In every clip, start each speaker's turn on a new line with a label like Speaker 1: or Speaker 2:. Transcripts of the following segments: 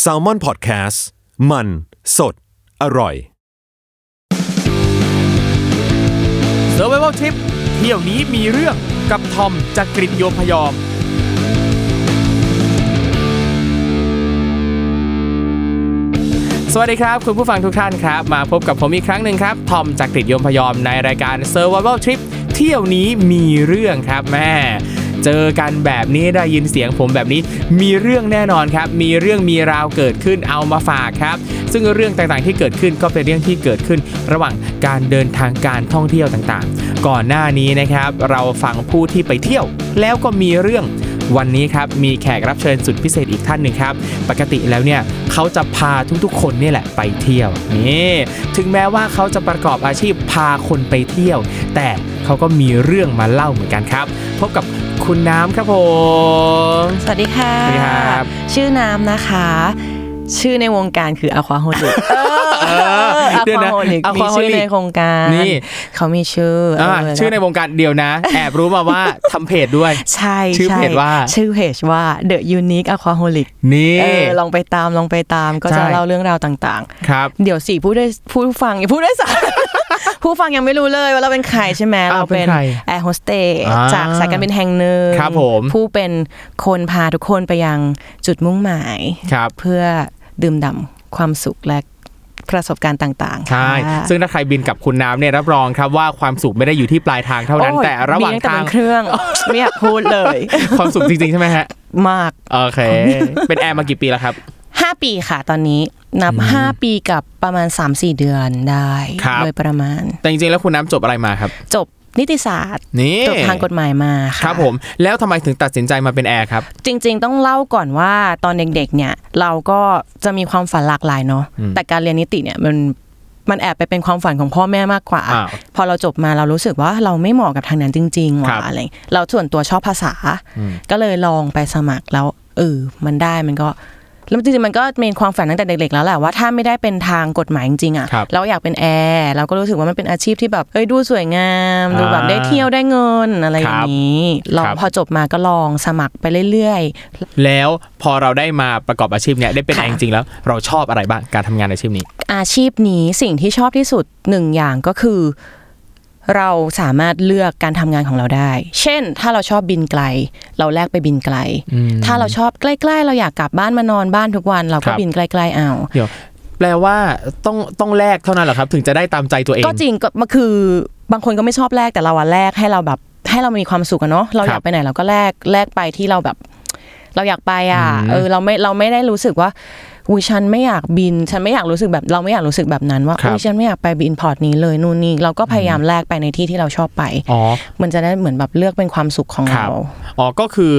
Speaker 1: แซลมอนพอดแคสต์มันสดอร่อย
Speaker 2: s u r v i v a l Trip เที่ยวนี้มีเรื่องกับทอมจากกริฑโยมพยอม สวัสดีครับ คุณผู้ฟังทุกท่านครับ มาพบกับผมอีกครั้งหนึ่งครับ ทอมจากกริฑโยมพยอมในรายการ s u r v i v a l Trip เที่ยวนี้มีเรื่องครับแม่ เจอกันแบบนี้ได้ยินเสียงผมแบบนี้ มีเรื่องแน่นอนครับ มีเรื่องมีราวเกิดขึ้นเอามาฝากครับ ซึ่งเรื่องต่างๆที่เกิดขึ้นก็เป็นเรื่องที่เกิดขึ้น ระหว่างการเดินทางการท่องเที่ยวต่างๆ ก่อนหน้านี้นะครับ เราฟังผู้ที่ไปเที่ยว แล้วก็มีเรื่อง วันนี้ครับมีแขกรับเชิญสุดพิเศษอีกท่านหนึ่งครับ ปกติแล้วเนี่ยเขาจะพาทุกๆ คนเนี่ยแหละไปเที่ยวนี่ถึงแม้ว่าเขาจะประกอบอาชีพพาคนไปเที่ยว แต่เขาก็มีเรื่องมาเล่าเหมือนกันครับ พบกับคุณน้ำครับผม
Speaker 3: สวัสดีค่ะ
Speaker 2: สวัสดีครับ
Speaker 3: ชื่อน้ำนะคะ ชื่อในวงการคืออควาโฮลิกอควาโฮลิกมีชื่อในวงการ
Speaker 2: นี่
Speaker 3: เขามีชื่อเ
Speaker 2: าชื่อในวงการเดียวนะ แอบรู้มาว่า ทำเพจด้วย
Speaker 3: ใช่
Speaker 2: ชื่อเพจ
Speaker 3: ใ
Speaker 2: ว่า
Speaker 3: ชื่อเพจว่า The Unique Aquaholic
Speaker 2: นี่
Speaker 3: เออลองไปตามลองไปตามก็
Speaker 2: ใช่
Speaker 3: จะเล่าเรื่องราวต่าง
Speaker 2: ครับ
Speaker 3: ๆ เดี๋ยวสิผู้ได้ผู้ฟังผู้ได้ส าร ผู้ฟังยังไม่รู้เลยว่าเราเป็นใครใช่ไหม
Speaker 2: อ้าว
Speaker 3: เราเป็น
Speaker 2: เป็นใคร
Speaker 3: แอร์โฮสเตส
Speaker 2: อ่า
Speaker 3: จากสายการบินแห่งหนึ่ง
Speaker 2: ครับผม
Speaker 3: ผู้เป็นคนพาทุกคนไปยังจุดมุ่งหมาย
Speaker 2: ครับ
Speaker 3: เพื่อดื่มด่ำความสุขและประสบการณ์ต่างๆ
Speaker 2: ใช่
Speaker 3: ค่ะ
Speaker 2: ซึ่งถ้าใครบินกับคุณน้ำเนี่ยรับรองครับว่าความสุขไม่ได้อยู่ที่ปลายทางเท่านั้น
Speaker 3: โอ้ย
Speaker 2: แต่ระหว่าง
Speaker 3: มีตั้แต่
Speaker 2: ทาง
Speaker 3: บนเครื่อง ไม่อยากพูดเลย
Speaker 2: ความสุขจริงๆใช่ไหมฮะ
Speaker 3: มาก
Speaker 2: โอเค เป็นแอร์มากี่ปีแล้วครับ
Speaker 3: 5 ปีค่ะตอนนี้นับ 5 ปีกับประมาณ 3-4 เดือนได้
Speaker 2: ครับ
Speaker 3: โดยประมาณ
Speaker 2: แต่จริงๆแล้วคุณน้ำจบอะไรมาครับ
Speaker 3: จบนิติศาสตร์
Speaker 2: นี่
Speaker 3: จบทางกฎหมายมาค่ะ
Speaker 2: ครับผม แล้วทำไมถึงตัดสินใจมาเป็นแอร์ครับ
Speaker 3: จริงๆ ต้องเล่าก่อนว่าตอนเด็กๆ เนี่ยเราก็จะมีความฝันหลากหลายเนาะแต่การเรียนนิติเนี่ยมันมันแอบไปเป็นความฝันของพ่อแม่มากกว่า
Speaker 2: อ้าว
Speaker 3: พอเราจบมาเรารู้สึกว่าเราไม่เหมาะกับทางนั้นจริง
Speaker 2: ครั
Speaker 3: ๆว่ะ
Speaker 2: บ
Speaker 3: อะไรเราส่วนตัวชอบภาษา ก็เลยลองไปสมัครแล้วเออมันได้มันก็แล้วจริงๆมันก็เป็นความฝันตั้งแต่เด็กๆ แล้วแหละว่าถ้าไม่ได้เป็นทางกฎหมายจริงๆอะ
Speaker 2: ครับ
Speaker 3: เราอยากเป็นแอร์เราก็รู้สึกว่ามันเป็นอาชีพที่แบบเอ้ยดูสวยงามดูแบบ
Speaker 2: อ่า
Speaker 3: ได้เที่ยวได้เงินอะไรอย่า
Speaker 2: ครั
Speaker 3: ง
Speaker 2: บ
Speaker 3: นี้ลอง
Speaker 2: ครับ
Speaker 3: พอจบมาก็ลองสมัครไปเรื่อยๆ
Speaker 2: แล้วพอเราได้มาประกอบอาชีพเนี่ยได้เป็นแอร์จริงๆแล้ว เราชอบอะไรบ้างการทำงานอาชีพนี้
Speaker 3: อาชีพนี้สิ่งที่ชอบที่สุดหนึ่งอย่างก็คือ เราสามารถเลือกการทำงานของเราได้ เช่น ถ้าเราชอบบินไกล เราแลกไปบินไกล ถ้าเราชอบใกล้ๆ เราอยากกลับบ้านมานอนบ้านทุกวัน เรา
Speaker 2: ครั
Speaker 3: ก็
Speaker 2: บ
Speaker 3: บินใกล้ๆเอา
Speaker 2: เดี๋ยวแปลว่าต้องต้องแลกเท่านั้นเหรอครับ ถึงจะได้ตามใจตัวเอง
Speaker 3: ก็จริงก็มันคือบางคนก็ไม่ชอบแลกแต่เราอะแลกให้เราแบบให้เรามีความสุขอะเนาะเราอ
Speaker 2: ค
Speaker 3: ยา
Speaker 2: รั
Speaker 3: ก
Speaker 2: บ
Speaker 3: ไปไหนเราก็แลกแลกไปที่เราแบบ เราอยากไปอ่ะเออเราไม่เราไม่ได้รู้สึกว่าอุยฉันไม่อยากบิน ฉันไม่อยากรู้สึกแบบเราไม่อยากรู้สึกแบบนั้นว่า
Speaker 2: ครับ
Speaker 3: อุยฉันไม่อยากไปบินพอร์ตนี้เลยนู่นนี่เราก็พยายามแลกไปในที่ที่เราชอบไป
Speaker 2: อ๋อ
Speaker 3: มันจะได้เหมือนแบบเลือกเป็นความสุขของ
Speaker 2: ครั
Speaker 3: เรา
Speaker 2: บ อ๋อก็คือ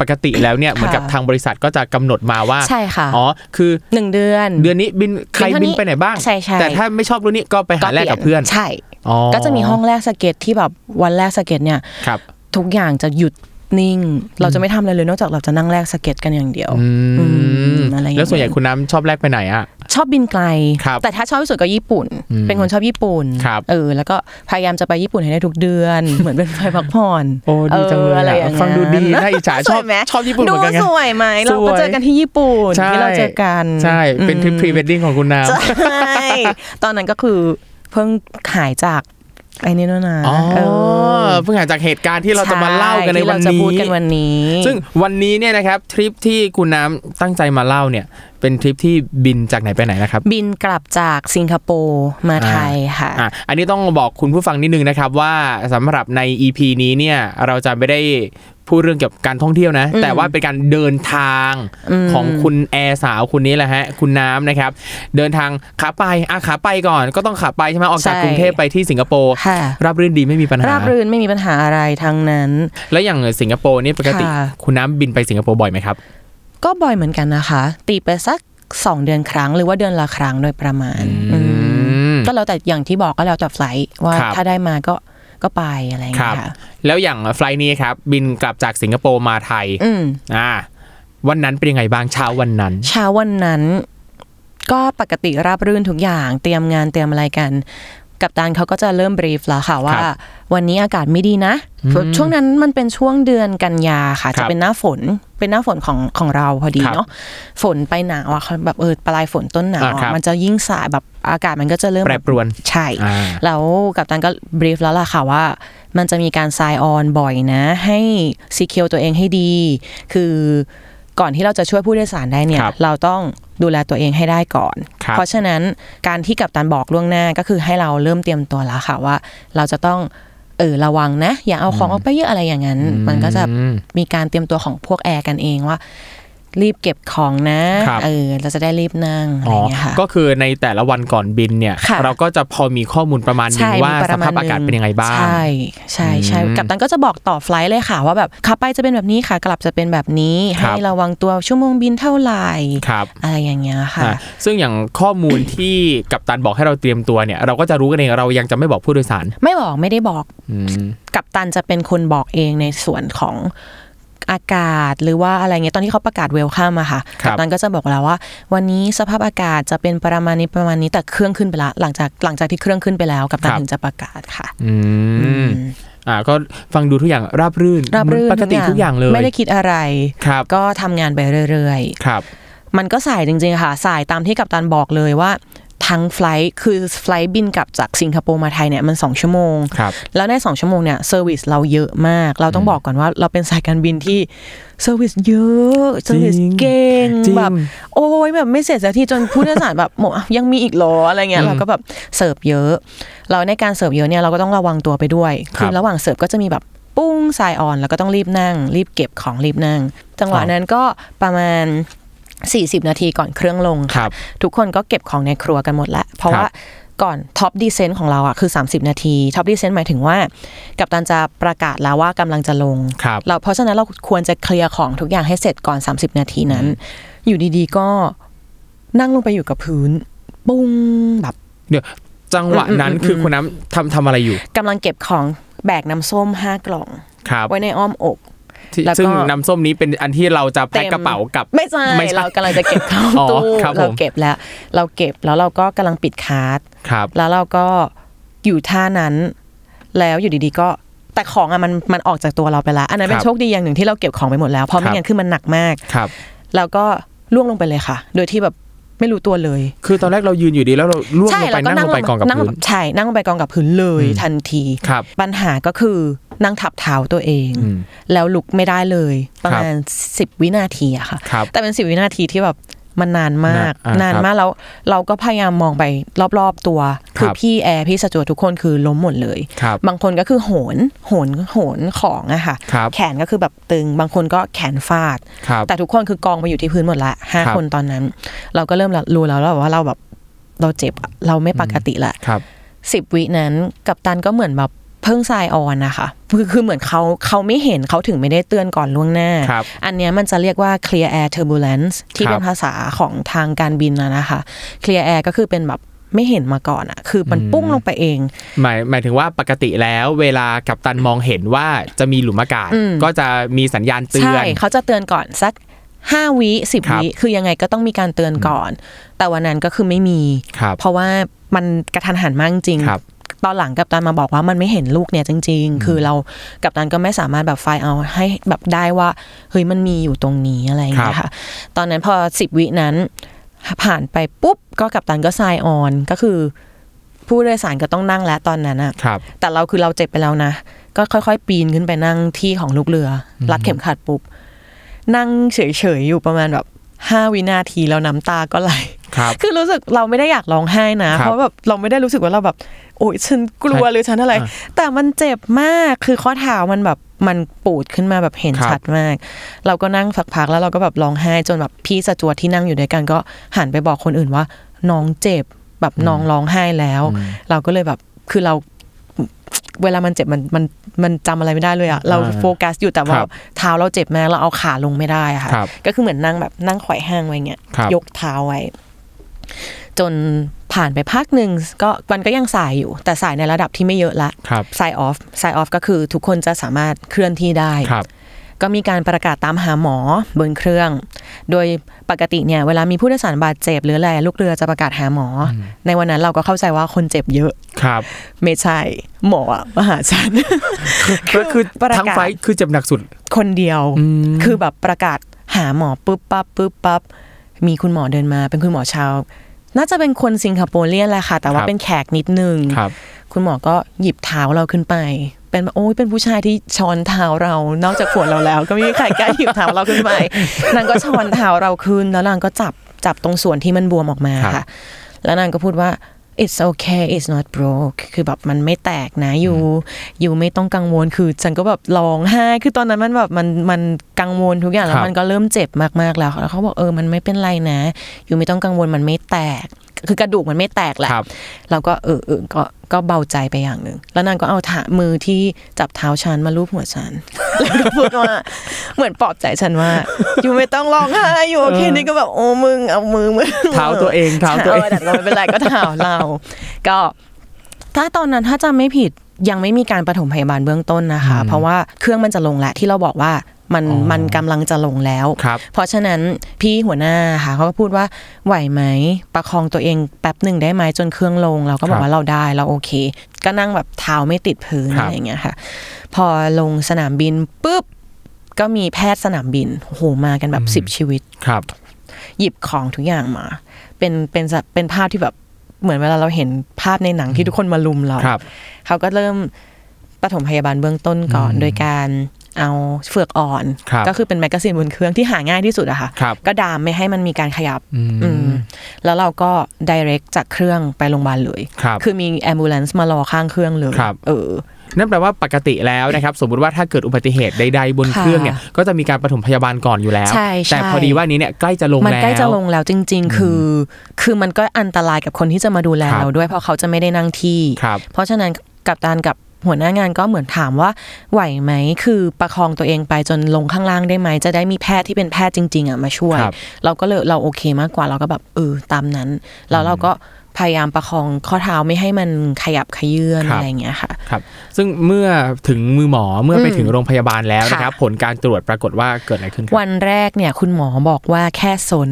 Speaker 2: ปกติแล้วเนี่ยเหมือนกับทางบริษัทก็จะกำหนดมาว่า
Speaker 3: ใช่ค่ะ
Speaker 2: อ๋อคือ
Speaker 3: หนึ่งเดือน
Speaker 2: เดือนนี้บินใคร
Speaker 3: บินเท่า
Speaker 2: บิน
Speaker 3: นี้
Speaker 2: ไปไหนบ้าง
Speaker 3: ใช่ใช่
Speaker 2: แต่ถ้าไม่ชอบรุ่นนี้ก็ไปหาแลกกับเพื่อน
Speaker 3: ใช่
Speaker 2: อ๋อ
Speaker 3: ก็จะมีห้องแรกสเก็ตที่แบบวันแรกสเก็ตเนี่ย
Speaker 2: ครับ
Speaker 3: ทุกอย่างจะหยุดนิ่ง เราจะไม่ทำอะไรเลยนอกจากเราจะนั่งแลกสเก็ตกันอย่างเดียว
Speaker 2: อืม
Speaker 3: อะไรอย่างนั้น
Speaker 2: แล้วส่วนใหญ่คุณน้ำชอบแลกไปไหนอ่ะ
Speaker 3: ชอบบินไกล
Speaker 2: ครับ
Speaker 3: แต่ถ้าชอบที่สุดก็ญี่ปุ่น เป็นคนชอบญี่ปุ่น
Speaker 2: ครับ
Speaker 3: เออแล้วก็พยายามจะไปญี่ปุ่นให้ได้ทุกเดือน เหมือนเป็นไปพักผ่อน
Speaker 2: โอ้ดีจังเลยอะ
Speaker 3: ไรอย่างนั้น
Speaker 2: ฟังดูดีน่าอิจฉาชอบ
Speaker 3: สวยไหม
Speaker 2: ชอบญี่ปุ่นเหมือนกันไง
Speaker 3: ดูสวยไหมเรา
Speaker 2: สว
Speaker 3: ก็
Speaker 2: ย
Speaker 3: เจอกันที่ญี่ปุ่นที่เราเจอกัน
Speaker 2: ใช่เป็นทริปพรีเวดดิ้งของคุณน้ำ
Speaker 3: ใช่ตอนนั้นก็คือเพิ่งหายจากไอ้นี่แล้วนะ
Speaker 2: อ๋อ
Speaker 3: เออ
Speaker 2: เพิ่งหาจากเหตุการณ์ที่เราจะมาเล่ากันใน
Speaker 3: ช่ที่
Speaker 2: วัน
Speaker 3: เราจะ
Speaker 2: นี้
Speaker 3: พูดกันวันนี้
Speaker 2: ซึ่งวันนี้เนี่ยนะครับทริปที่คุณน้ำตั้งใจมาเล่าเนี่ย เป็นทริปที่บินจากไหนไปไหนนะครับ
Speaker 3: บินกลับจากสิงคโปร์มาไทยค่ะ
Speaker 2: อ่ะอันนี้ต้องบอกคุณผู้ฟังนิดนึงนะครับว่าสำหรับใน EP นี้เนี่ยเราจะไม่ได้พูดเรื่องเกี่ยวกับการท่องเที่ยวนะ แต่ว่าเป็นการเดินทางของคุณแอร์สาวคุณนี้แหละฮะคุณน้ำนะครับ เดินทางขาไปอ่ะขาไปก่อนก็ต้องขาไปใช่ไหมออกจาก
Speaker 3: ใช่
Speaker 2: กรุงเทพไปที่สิงคโปร์
Speaker 3: ค่ะ
Speaker 2: ราบรื่นดีไม่มีปัญหา
Speaker 3: ราบรื่นไม่มีปัญหาอะไรทั้งนั้น
Speaker 2: แล้วอย่างสิงคโปร์นี่ปกติ
Speaker 3: ค่ะ
Speaker 2: คุณน้ำบินไปสิงคโปร์บ่อยไหมครับ
Speaker 3: ก็บ่อยเหมือนกันนะคะ ตีไปสักสองเดือนครั้ง หรือว่าเดือนละครั้งโดยประมาณอืม
Speaker 2: ม
Speaker 3: ก็แล้วแต่อย่างที่บอกก็แล้วแต่ไฟลท์ว่า
Speaker 2: ครับ
Speaker 3: ถ้าได้มาก็ก็ไปอะไรอย่าง
Speaker 2: ครั
Speaker 3: เงี้
Speaker 2: บ
Speaker 3: ยค่ะ
Speaker 2: แล้วอย่างไฟล์นี้ครับ บินกลับจากสิงคโปร์มาไทย
Speaker 3: อืม
Speaker 2: อ่าวันนั้นเป็นยังไงบ้างเช้าวันนั้น
Speaker 3: เช้าวันนั้น ก็ปกติราบรื่นทุกอย่าง เตรียมงานเตรียมอะไรกัน กับตันเขาก็จะเริ่มบรีฟแล้วค่ะว่า
Speaker 2: ครับ
Speaker 3: วันนี้อากาศไม่ดีนะช่วงนั้นมันเป็นช่วงเดือนกันยาค่ะ
Speaker 2: ครั
Speaker 3: จะ
Speaker 2: บ
Speaker 3: เป็นหน้าฝนเป็นหน้าฝนของของเราพอดี
Speaker 2: ครับ
Speaker 3: เนาะฝนไปหนาวอะค่ะแบบเออปลายฝนต้นหนาว
Speaker 2: อ่า
Speaker 3: อะ
Speaker 2: ครับ
Speaker 3: มันจะยิ่งสายแบบอากาศมันก็จะเริ่ม
Speaker 2: แปรปรวน
Speaker 3: ใช่
Speaker 2: อ่า
Speaker 3: แล้วกัปตันก็บรีฟแล้วล่ะค่ะว่ามันจะมีการไซออนบ่อยนะ ให้ซีเคียวตัวเองให้ดี คือก่อนที่เราจะช่วยผู้โดยสารได้เนี่ย
Speaker 2: ครับ
Speaker 3: เราต้องดูแลตัวเองให้ได้ก่อน
Speaker 2: ครับ
Speaker 3: เพราะฉะนั้นการที่กัปตันบอกล่วงหน้าก็คือให้เราเริ่มเตรียมตัวแล้วค่ะว่า เราจะต้องเออระวังนะ อย่าเอาของออกไปเยอะอะไรอย่างนั้น มันก็จะ
Speaker 2: อืม
Speaker 3: มีการเตรียมตัวของพวกแอร์กันเองว่า รีบเก็บของนะครับ เออเราจะได้รีบนั่งอะไร
Speaker 2: อ๋อ
Speaker 3: อย่างเงี้ยค่ะ
Speaker 2: ก็คือในแต่ละวันก่อนบินเนี่ย
Speaker 3: ค่ะ
Speaker 2: เราก็จะพอมีข้อมูลประมาณหนึง
Speaker 3: ใช่
Speaker 2: ว่า
Speaker 3: ป
Speaker 2: ส
Speaker 3: ระมณ
Speaker 2: ภาพอากาศเป็นยังไงบ้าง
Speaker 3: ใช่ใช่ใช่
Speaker 2: อืม
Speaker 3: กัปตันก็จะบอกต่อไฟลท์เลยค่ะ ว่าแบบขาไปจะเป็นแบบนี้ค่ะ กลับจะเป็นแบบนี้
Speaker 2: ครับ
Speaker 3: ให้ระวังตัวชั่วโมงบินเท่าไหร่
Speaker 2: ครับ
Speaker 3: อะไรอย่างเงี้ยค่ะ
Speaker 2: อ่ะซึ่งอย่างข้อมูลที่กัปตันบอกให้เราเตรียมตัวเนี่ย เราก็จะรู้กันเองเรายังจะไม่บอกผู้โดยสาร
Speaker 3: ไม่บอกไม่ได้บอก
Speaker 2: อืม
Speaker 3: กัปตันจะเป็นคนบอกเองในส่วนของอากาศหรือว่าอะไรเงี้ยตอนที่เขาประกาศเวลคัมอะค่ะ
Speaker 2: ครับ
Speaker 3: กัปตันก็จะบอกเราว่า วันนี้สภาพอากาศจะเป็นประมาณนี้ประมาณนี้แต่เครื่องขึ้นไปละหลังจากหลังจากที่เครื่องขึ้นไปแล้วกัปตันถึงจะประกาศค่ะ
Speaker 2: อืมอ่าก็ฟังดูทุกอย่างราบรื่น
Speaker 3: ราบรื่น
Speaker 2: ปกติทุกอย่างเลย
Speaker 3: ไม่ได้คิดอะไร
Speaker 2: ครับ
Speaker 3: ก็ทำงานไปเรื่อย
Speaker 2: ครับ
Speaker 3: ๆ มันก็สายจริงๆ ค่ะ สายตามที่กัปตันบอกเลยว่า ทั้งไฟลท์คือไฟลท์บินกลับจากสิงคโปร์มาไทยเนี่ยมัน 2 ชั่วโมง
Speaker 2: ครับ
Speaker 3: แล้วใน 2 ชั่วโมงเนี่ยเซอร์วิสเราเยอะมาก เราต้องบอกก่อนว่าเราเป็นสายการบินที่เซอร์วิสเยอะเซอร์วิสเก่ง
Speaker 2: จริง
Speaker 3: แบบ โอ้ยแบบไม่เสร็จสักทีจนผู้โดยสารแบบ หมดอ่ะยังมีอีกเหรออะไรเงี้ยเราก็แบบเสิร์ฟเยอะ เราในการเสิร์ฟเยอะเนี่ยเราก็ต้องระวังตัวไปด้วย
Speaker 2: ครับ
Speaker 3: อระหว่างเสิร์ฟก็จะมีแบบปุ้งสายออนแล้วก็ต้องรีบนั่ง รีบเก็บของรีบนั่ง จังหวะ
Speaker 2: อ๋อ
Speaker 3: นั้นก็ประมาณ 40 นาทีก่อนเครื่องลง
Speaker 2: ค
Speaker 3: ค่ะ
Speaker 2: รับ
Speaker 3: ทุกคนก็เก็บของในครัวกันหมดละเพราะ
Speaker 2: ครับ
Speaker 3: ว่าก่อนท็อปดีเซนต์ของเราอ่ะคือ 30 นาทีท็อปดีเซนต์หมายถึงว่า กับตันจะประกาศแล้วว่ากำลังจะลง
Speaker 2: ครับ
Speaker 3: เราเพราะฉะนั้นเราควรจะเคลียร์ของทุกอย่างให้เสร็จก่อน 30 นาทีนั้น อยู่ดีๆก็นั่งลงไปอยู่กับพื้น ปุ้งแบบ
Speaker 2: เดี๋ยวจังหวะนั้นคือคนนั้นทำทำอะไรอยู่
Speaker 3: กำลังเก็บของแบกน้ำส้ม 5 กล่อง
Speaker 2: ครับ
Speaker 3: ไว้ในอ้อมอก
Speaker 2: ที่
Speaker 3: แล้วก็
Speaker 2: ซึ่งน้ำส้มนี้เป็นอันที่เราจะแพ็คกระเป๋ากับ
Speaker 3: ไม่ใช่
Speaker 2: ไม่ใช่
Speaker 3: เรากำลังจะเก็บเข้า
Speaker 2: อ๋อ
Speaker 3: ตู้
Speaker 2: ครับผม
Speaker 3: เราเก็บแล้ว เราเก็บแล้วเราก็กำลังปิดคาร์ด
Speaker 2: ครับ
Speaker 3: แล้วเราก็อยู่ท่านั้น แล้วอยู่ดีๆก็แต่ของอะมันมันออกจากตัวเราไปแล้ว อันนั้นเป็
Speaker 2: คน รับ
Speaker 3: โชคดีอย่างหนึ่งที่เราเก็บของไปหมดแล้วเพ
Speaker 2: ค
Speaker 3: ราะ
Speaker 2: รั
Speaker 3: ไม่
Speaker 2: บ
Speaker 3: งั้นคือมันหนักมาก
Speaker 2: ครับ
Speaker 3: แล้วก็ล่วงลงไปเลยค่ะ โดยที่แบบไม่รู้ตัวเลย
Speaker 2: คือตอนแรกเรายืนอยู่ดีแล้วเราล่วงลงไป
Speaker 3: แล้ว
Speaker 2: นั่งลงไปกองกับ
Speaker 3: นั่
Speaker 2: พื้น
Speaker 3: ใช่นั่งลงไปกองกับพื้นเลย
Speaker 2: อืม
Speaker 3: ทันที
Speaker 2: ครับ
Speaker 3: ปัญหาก็คือนั่งทับเท้าตัวเอง
Speaker 2: อืม
Speaker 3: แล้วลุกไม่ได้เลย ประ
Speaker 2: ครับ
Speaker 3: มาณสิบวินาทีอะค่ะ
Speaker 2: ครับ
Speaker 3: แต่เป็นสิบวินาทีที่แบบมันนานมาก
Speaker 2: นานอ่าน
Speaker 3: าน
Speaker 2: ครับ
Speaker 3: มากแล้วเราก็พยายามมองไปรอบๆตัว
Speaker 2: ครับ
Speaker 3: คือพี่แอร์พี่สจวตทุกคนคือล้มหมดเลย
Speaker 2: ครับ
Speaker 3: บางคนก็คือโหนโหนโหนของอะค่ะ
Speaker 2: ครับ
Speaker 3: แขนก็คือแบบตึง บางคนก็แขนฟาด
Speaker 2: ครับ
Speaker 3: แต่ทุกคนคือกองไปอยู่ที่พื้นหมดละห้า
Speaker 2: ครับ
Speaker 3: คนตอนนั้น เราก็เริ่มละรู้แล้วแล้วว่าเราแบบเราเจ็บอะเราไม่ปกติละ
Speaker 2: ครับ
Speaker 3: สิบวินั้นกัปตันก็เหมือนแบบเพิ่งทรายออนนะคะคือคือเหมือนเขาเขาไม่เห็นเขาถึงไม่ได้เตือนก่อนล่วงหน้า
Speaker 2: ครับ
Speaker 3: อันเนี้ยมันจะเรียกว่า clear air turbulence
Speaker 2: ค
Speaker 3: ที่
Speaker 2: รับ
Speaker 3: เป็นภาษาของทางการบินนะนะคะ clear air ก็คือเป็นแบบไม่เห็นมาก่อนอะคือมัน
Speaker 2: อืม
Speaker 3: ปุ้งลงไปเอง
Speaker 2: หมายหมายถึงว่าปกติแล้วเวลากัปตันมองเห็นว่าจะมีหลุมอากาศ
Speaker 3: อืม
Speaker 2: ก็จะมีสัญญาณเตือ
Speaker 3: ใช่
Speaker 2: น
Speaker 3: เขาจะเตือนก่อนสักห้าวิสิบ
Speaker 2: ครับ
Speaker 3: วิคือยังไงก็ต้องมีการเตือนก่อน แต่วันนั้นก็คือไม่มี
Speaker 2: ครับ
Speaker 3: เพราะว่ามันกระทันหันมากจริง
Speaker 2: ครับ
Speaker 3: ตอนหลังกัปตันมาบอกว่ามันไม่เห็นลูกเนี่ยจริง ๆ คือเรากัปตันก็ไม่สามารถแบบไฟล์เอาให้แบบได้ว่าเฮ้ยมันมีอยู่ตรงนี้อะไรอย่างเงี้ยค่ะ ตอนนั้นพอสิบวินั้น ผ่านไปปุ๊บก็กัปตันก็ไซน์ออนก็คือ ผู้โดยสารก็ต้องนั่งแล้วตอนนั้นอะ
Speaker 2: ครับ
Speaker 3: แต่เราคือเราเจ็บไปแล้วนะ ก็ค่อยๆ ปีนขึ้นไปนั่งที่ของลูกเรือ รัดเข็มขัดปุ๊บนั่งเฉยๆอยู่ประมาณแบบห้าวินาทีแล้วน้ำตาก็ไหล
Speaker 2: ครับ
Speaker 3: คือรู้สึกเราไม่ได้อยากร้องไห้นะ
Speaker 2: ครับ
Speaker 3: เพราะแบบเราไม่ได้รู้สึกว่าเราแบบ โอ๊ยฉันกลัว
Speaker 2: ใช่
Speaker 3: หรือฉันอะไร
Speaker 2: อ่า
Speaker 3: แต่มันเจ็บมากคือข้อเท้ามันแบบมันปูดขึ้นมาแบบเห็น
Speaker 2: ครับ
Speaker 3: ชัดมาก เราก็นั่งสักพักแล้วเราก็แบบร้องไห้จนแบบพี่สจวดที่นั่งอยู่ด้วยกันก็หันไปบอกคนอื่นว่า น้องเจ็บแบบน้องร้องไห้แล้ว เราก็เลยแบบคือเรา เวลามันเจ็บมันมันมันจำอะไรไม่ได้เลยอะเรา
Speaker 2: อ่า
Speaker 3: โฟกัสอยู่แต่ว่า
Speaker 2: ครับ
Speaker 3: เท้าเราเจ็บมากเราเอาขาลงไม่ได้อะค่ะ
Speaker 2: ครับ
Speaker 3: ก็คือเหมือนนั่งแบบนั่งไขว่ห้างไว้เงี้ย
Speaker 2: ครับ
Speaker 3: ยกเท้าไว้ จนผ่านไปพักหนึ่งก็มันก็ยังสายอยู่ แต่สายในระดับที่ไม่เยอะละ
Speaker 2: ครับ
Speaker 3: sign off sign off ก็คือทุกคนจะสามารถเคลื่อนที่ได้
Speaker 2: ครับ
Speaker 3: ก็มีการประกาศตามหาหมอบนเครื่อง โดยปกติเนี่ยเวลามีผู้โดยสารบาดเจ็บหรืออะไรลูกเรือจะประกาศหาหมออในวันนั้นเราก็เข้าใจว่าคนเจ็บเยอะ
Speaker 2: ครับ
Speaker 3: ไม่ใช่ หมอมาหาฉัน
Speaker 2: ก็คือ
Speaker 3: ประกาศ
Speaker 2: ทั้งไฟท์คือเจ็บหนักสุด
Speaker 3: คนเดียว คือแบบประกาศหาหมอปุ๊บปั๊บปุ๊บปั๊บมีคุณหมอเดินมา เป็นคุณหมอชาว น่าจะเป็นคนสิงคโปร์เลียนแหละค่ะ แต่ว่า
Speaker 2: ครับ
Speaker 3: เป็นแขกนิดนึง
Speaker 2: ครับ
Speaker 3: คุณหมอก็หยิบเท้าเราขึ้นไป เป็นแบบโอ้ยเป็นผู้ชายที่ช้อนเท้าเรา นอกจากขวดเราแล้ว ก็ไม่มีใครกล้าหยิบเท้าเราขึ้นไปนางก็ช้อนเท้าเราขึ้น แล้วนางก็จับจับตรงส่วนที่มันบวมออกมา
Speaker 2: ครับ
Speaker 3: ค่ะ แล้วนางก็พูดว่า it's okay it's not broke คือแบบมันไม่แตกนะอยู่ อยู่ไม่ต้องกังวลคือฉันก็แบบร้องไห้คือตอนนั้นมันแบบมันมันกังวลทุกอย่างแล้
Speaker 2: ครั
Speaker 3: ว
Speaker 2: บ
Speaker 3: มันก็เริ่มเจ็บมากๆแล้วแล้วเขาบอกเออมันไม่เป็นไรนะ อยู่ไม่ต้องกังวลมันไม่แตก คือกระดูกมันไม่แตกแหละ
Speaker 2: ครับ
Speaker 3: เราก็เออเออก็ก็เบาใจไปอย่างหนึ่ง แล้วนางก็เอาถามือที่จับเท้าฉันมาลูบหัวฉัน แล้วก็พูดว่า เหมือนปลอบใจฉันว่า อยู่ไม่ต้องร้องไห้อยู่โอเค
Speaker 2: เออ
Speaker 3: นี่ก็แบบโอ้มึงเอามือมึง
Speaker 2: เท้าตัวเองเท้าตัวเอง
Speaker 3: แต่เราไม่เป็นไรก็เท้าเรา ก็ถ้าตอนนั้นถ้าจำไม่ผิดยังไม่มีการปฐมพยาบาลเบื้องต้นนะคะ เพราะว่าเครื่องมันจะลงแล้วที่เราบอกว่ามันมันกำลังจะลงแล้ว
Speaker 2: ครับ
Speaker 3: เพราะฉะนั้นพี่หัวหน้าค่ะเขาก็พูดว่าไหวไหมประคองตัวเองแป๊บหนึ่งได้ไหมจนเครื่องลง เราก็
Speaker 2: ค
Speaker 3: บอ
Speaker 2: รั
Speaker 3: ก
Speaker 2: บ
Speaker 3: ว่าเราได้เราโอเค ก็นั่งแบบเท้าไม่ติดพื้น
Speaker 2: ครับ
Speaker 3: อะไรอย่างเงี้ยค่ะ พอลงสนามบินปุ๊บก็มีแพทย์สนามบินโอ้โหมากันแบบสิบชีวิต
Speaker 2: ครับ
Speaker 3: หยิบของทุกอย่างมา เป็นเป็นสะเป็นภาพที่แบบเหมือนเวลาเราเห็นภาพในหนังที่ทุกคนมาลุมเรา
Speaker 2: ครับ
Speaker 3: เขาก็เริ่มปฐมพยาบาลเบื้องต้นก่อน โดยการเอาเฟือกอ่อน
Speaker 2: ครับ
Speaker 3: ก็คือเป็นแมกกาซีนบนเครื่องที่หาง่ายที่สุดอะค่ะ
Speaker 2: ครับ
Speaker 3: ก็ดามไม่ให้มันมีการขยับ
Speaker 2: อืม
Speaker 3: อืมแล้วเราก็ direct จากเครื่องไปโรงพยาบาลเลย
Speaker 2: ครับ
Speaker 3: คือมี ambulance มารอข้างเครื่องเลย
Speaker 2: ครับ
Speaker 3: เออ
Speaker 2: นั่นแปลว่าปกติแล้วนะครับ สมมุติว่าถ้าเกิดอุบัติเหตุใด ๆ บนเค
Speaker 3: ค่ะ
Speaker 2: รื่องเนี่ยก็จะมีการปฐมพยาบาลก่อนอยู่แล้ว
Speaker 3: ใช่ใช่
Speaker 2: แต่พอดีว่านี้เนี่ยใกล้จะลง
Speaker 3: มั
Speaker 2: แล้ว
Speaker 3: ใกล้จะลงแล้วจริง ๆ คือ คือมันก็อันตรายกับคนที่จะมาดูแล
Speaker 2: ครับ
Speaker 3: เราด้วยเพราะเขาจะไม่ได้นั่งที่
Speaker 2: ครับ
Speaker 3: เพราะฉะนั้นกับตานกับหัวหน้างานก็เหมือนถามว่าไหวไหมคือประคองตัวเองไปจนลงข้างล่างได้ไหมจะได้มีแพทย์ที่เป็นแพทย์จริง ๆอ่ะมาช่วย
Speaker 2: ครับ
Speaker 3: เราก็เลยเราโอเคมากกว่าเราก็แบบเออตามนั้น แล้วเราก็พยายามประคองข้อเท้าไม่ให้มันขยับขยื่นอะไรอย่างเงี้ยค่ะ
Speaker 2: ครับ ซึ่งเมื่อถึงมือหมอเมื่อไป
Speaker 3: อืม
Speaker 2: ถึงโรงพยาบาลแล้ว
Speaker 3: ค่ะ
Speaker 2: นะครับ ผลการตรวจปรากฏว่าเกิดอะไรขึ้นครับ
Speaker 3: วันแรกเนี่ยคุณหมอบอกว่าแค่สน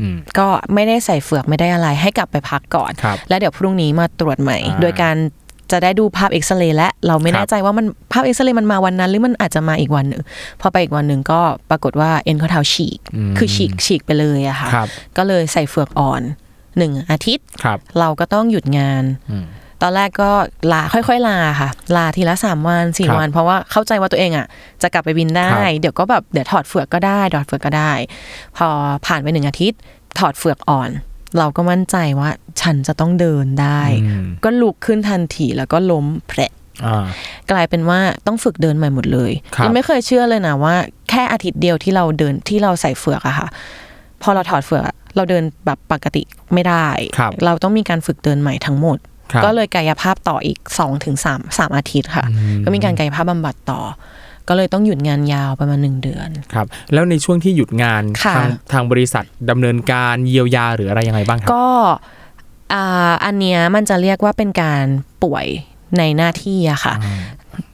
Speaker 2: อืม
Speaker 3: ก็ไม่ได้ใส่เฟือกไม่ได้อะไร ให้กลับไปพักก่อน
Speaker 2: ครับ
Speaker 3: แล้วเดี๋ยวพรุ่งนี้มาตรวจใหม่
Speaker 2: อ่า
Speaker 3: โดยการจะได้ดูภาพเอ็กซเรย์และเราไม่
Speaker 2: ครั
Speaker 3: แน่
Speaker 2: บ
Speaker 3: ใจว่ามันภาพเอ็กซเรย์มันมาวันนั้น หรือมันอาจจะมาอีกวันหนึ่งพอไปอีกวันหนึ่งก็ปรากฏว่าเอ็นข้อเท้าฉีก คือฉีกฉีกไปเลยอะค่ะ
Speaker 2: ครับ
Speaker 3: ก็เลยใส่เฟือกอ่อนหนึ่งอาทิตย์
Speaker 2: ครับ
Speaker 3: เราก็ต้องหยุดงาน
Speaker 2: อืม
Speaker 3: ตอนแรกก็ลาค่อยๆ ลาค่ะ ลาทีละสามวันสี่
Speaker 2: ครับ
Speaker 3: วัน เพราะว่าเข้าใจว่าตัวเองอะจะกลับไปบินได้
Speaker 2: ครับ
Speaker 3: เดี๋ยวก็แบบเดี๋ยวถอดเฟือกก็ได้ถอดเฟือกก็ได้ พอผ่านไปหนึ่งอาทิตย์ ถอดเฟือกอ่อน เราก็มั่นใจว่าฉันจะต้องเดินได้
Speaker 2: อืม
Speaker 3: ก็ลุกขึ้นทันทีแล้วก็ล้มแผล
Speaker 2: อ่า
Speaker 3: กลายเป็นว่าต้องฝึกเดินใหม่หมดเลย
Speaker 2: ครับ
Speaker 3: ยังไม่เคยเชื่อเลยนะว่า แค่อาทิตย์เดียวที่เราเดินที่เราใส่เฟือกอะค่ะ พอเราถอดเฟือกอะเราเดินแบบปกติไม่ได้
Speaker 2: ครับ
Speaker 3: เราต้องมีการฝึกเดินใหม่ทั้งหมด
Speaker 2: ครับ
Speaker 3: ก็เลยกายภาพต่ออีก2อถึงสามสามอาทิตย์ค่ะ ก็มีการกายภาพบำบัดต่อ ก็เลยต้องหยุดงานยาวประมาณหนึ่งเดือน
Speaker 2: ครับ แล้วในช่วงที่หยุดงาน
Speaker 3: ค่ะ
Speaker 2: ทางทางบริษัทดำเนินการเยียวยาหรืออะไรยังไงบ้างครับ
Speaker 3: ก็อ่าอันเนี้ยมันจะเรียกว่าเป็นการป่วยในหน้าที่อะค่ะ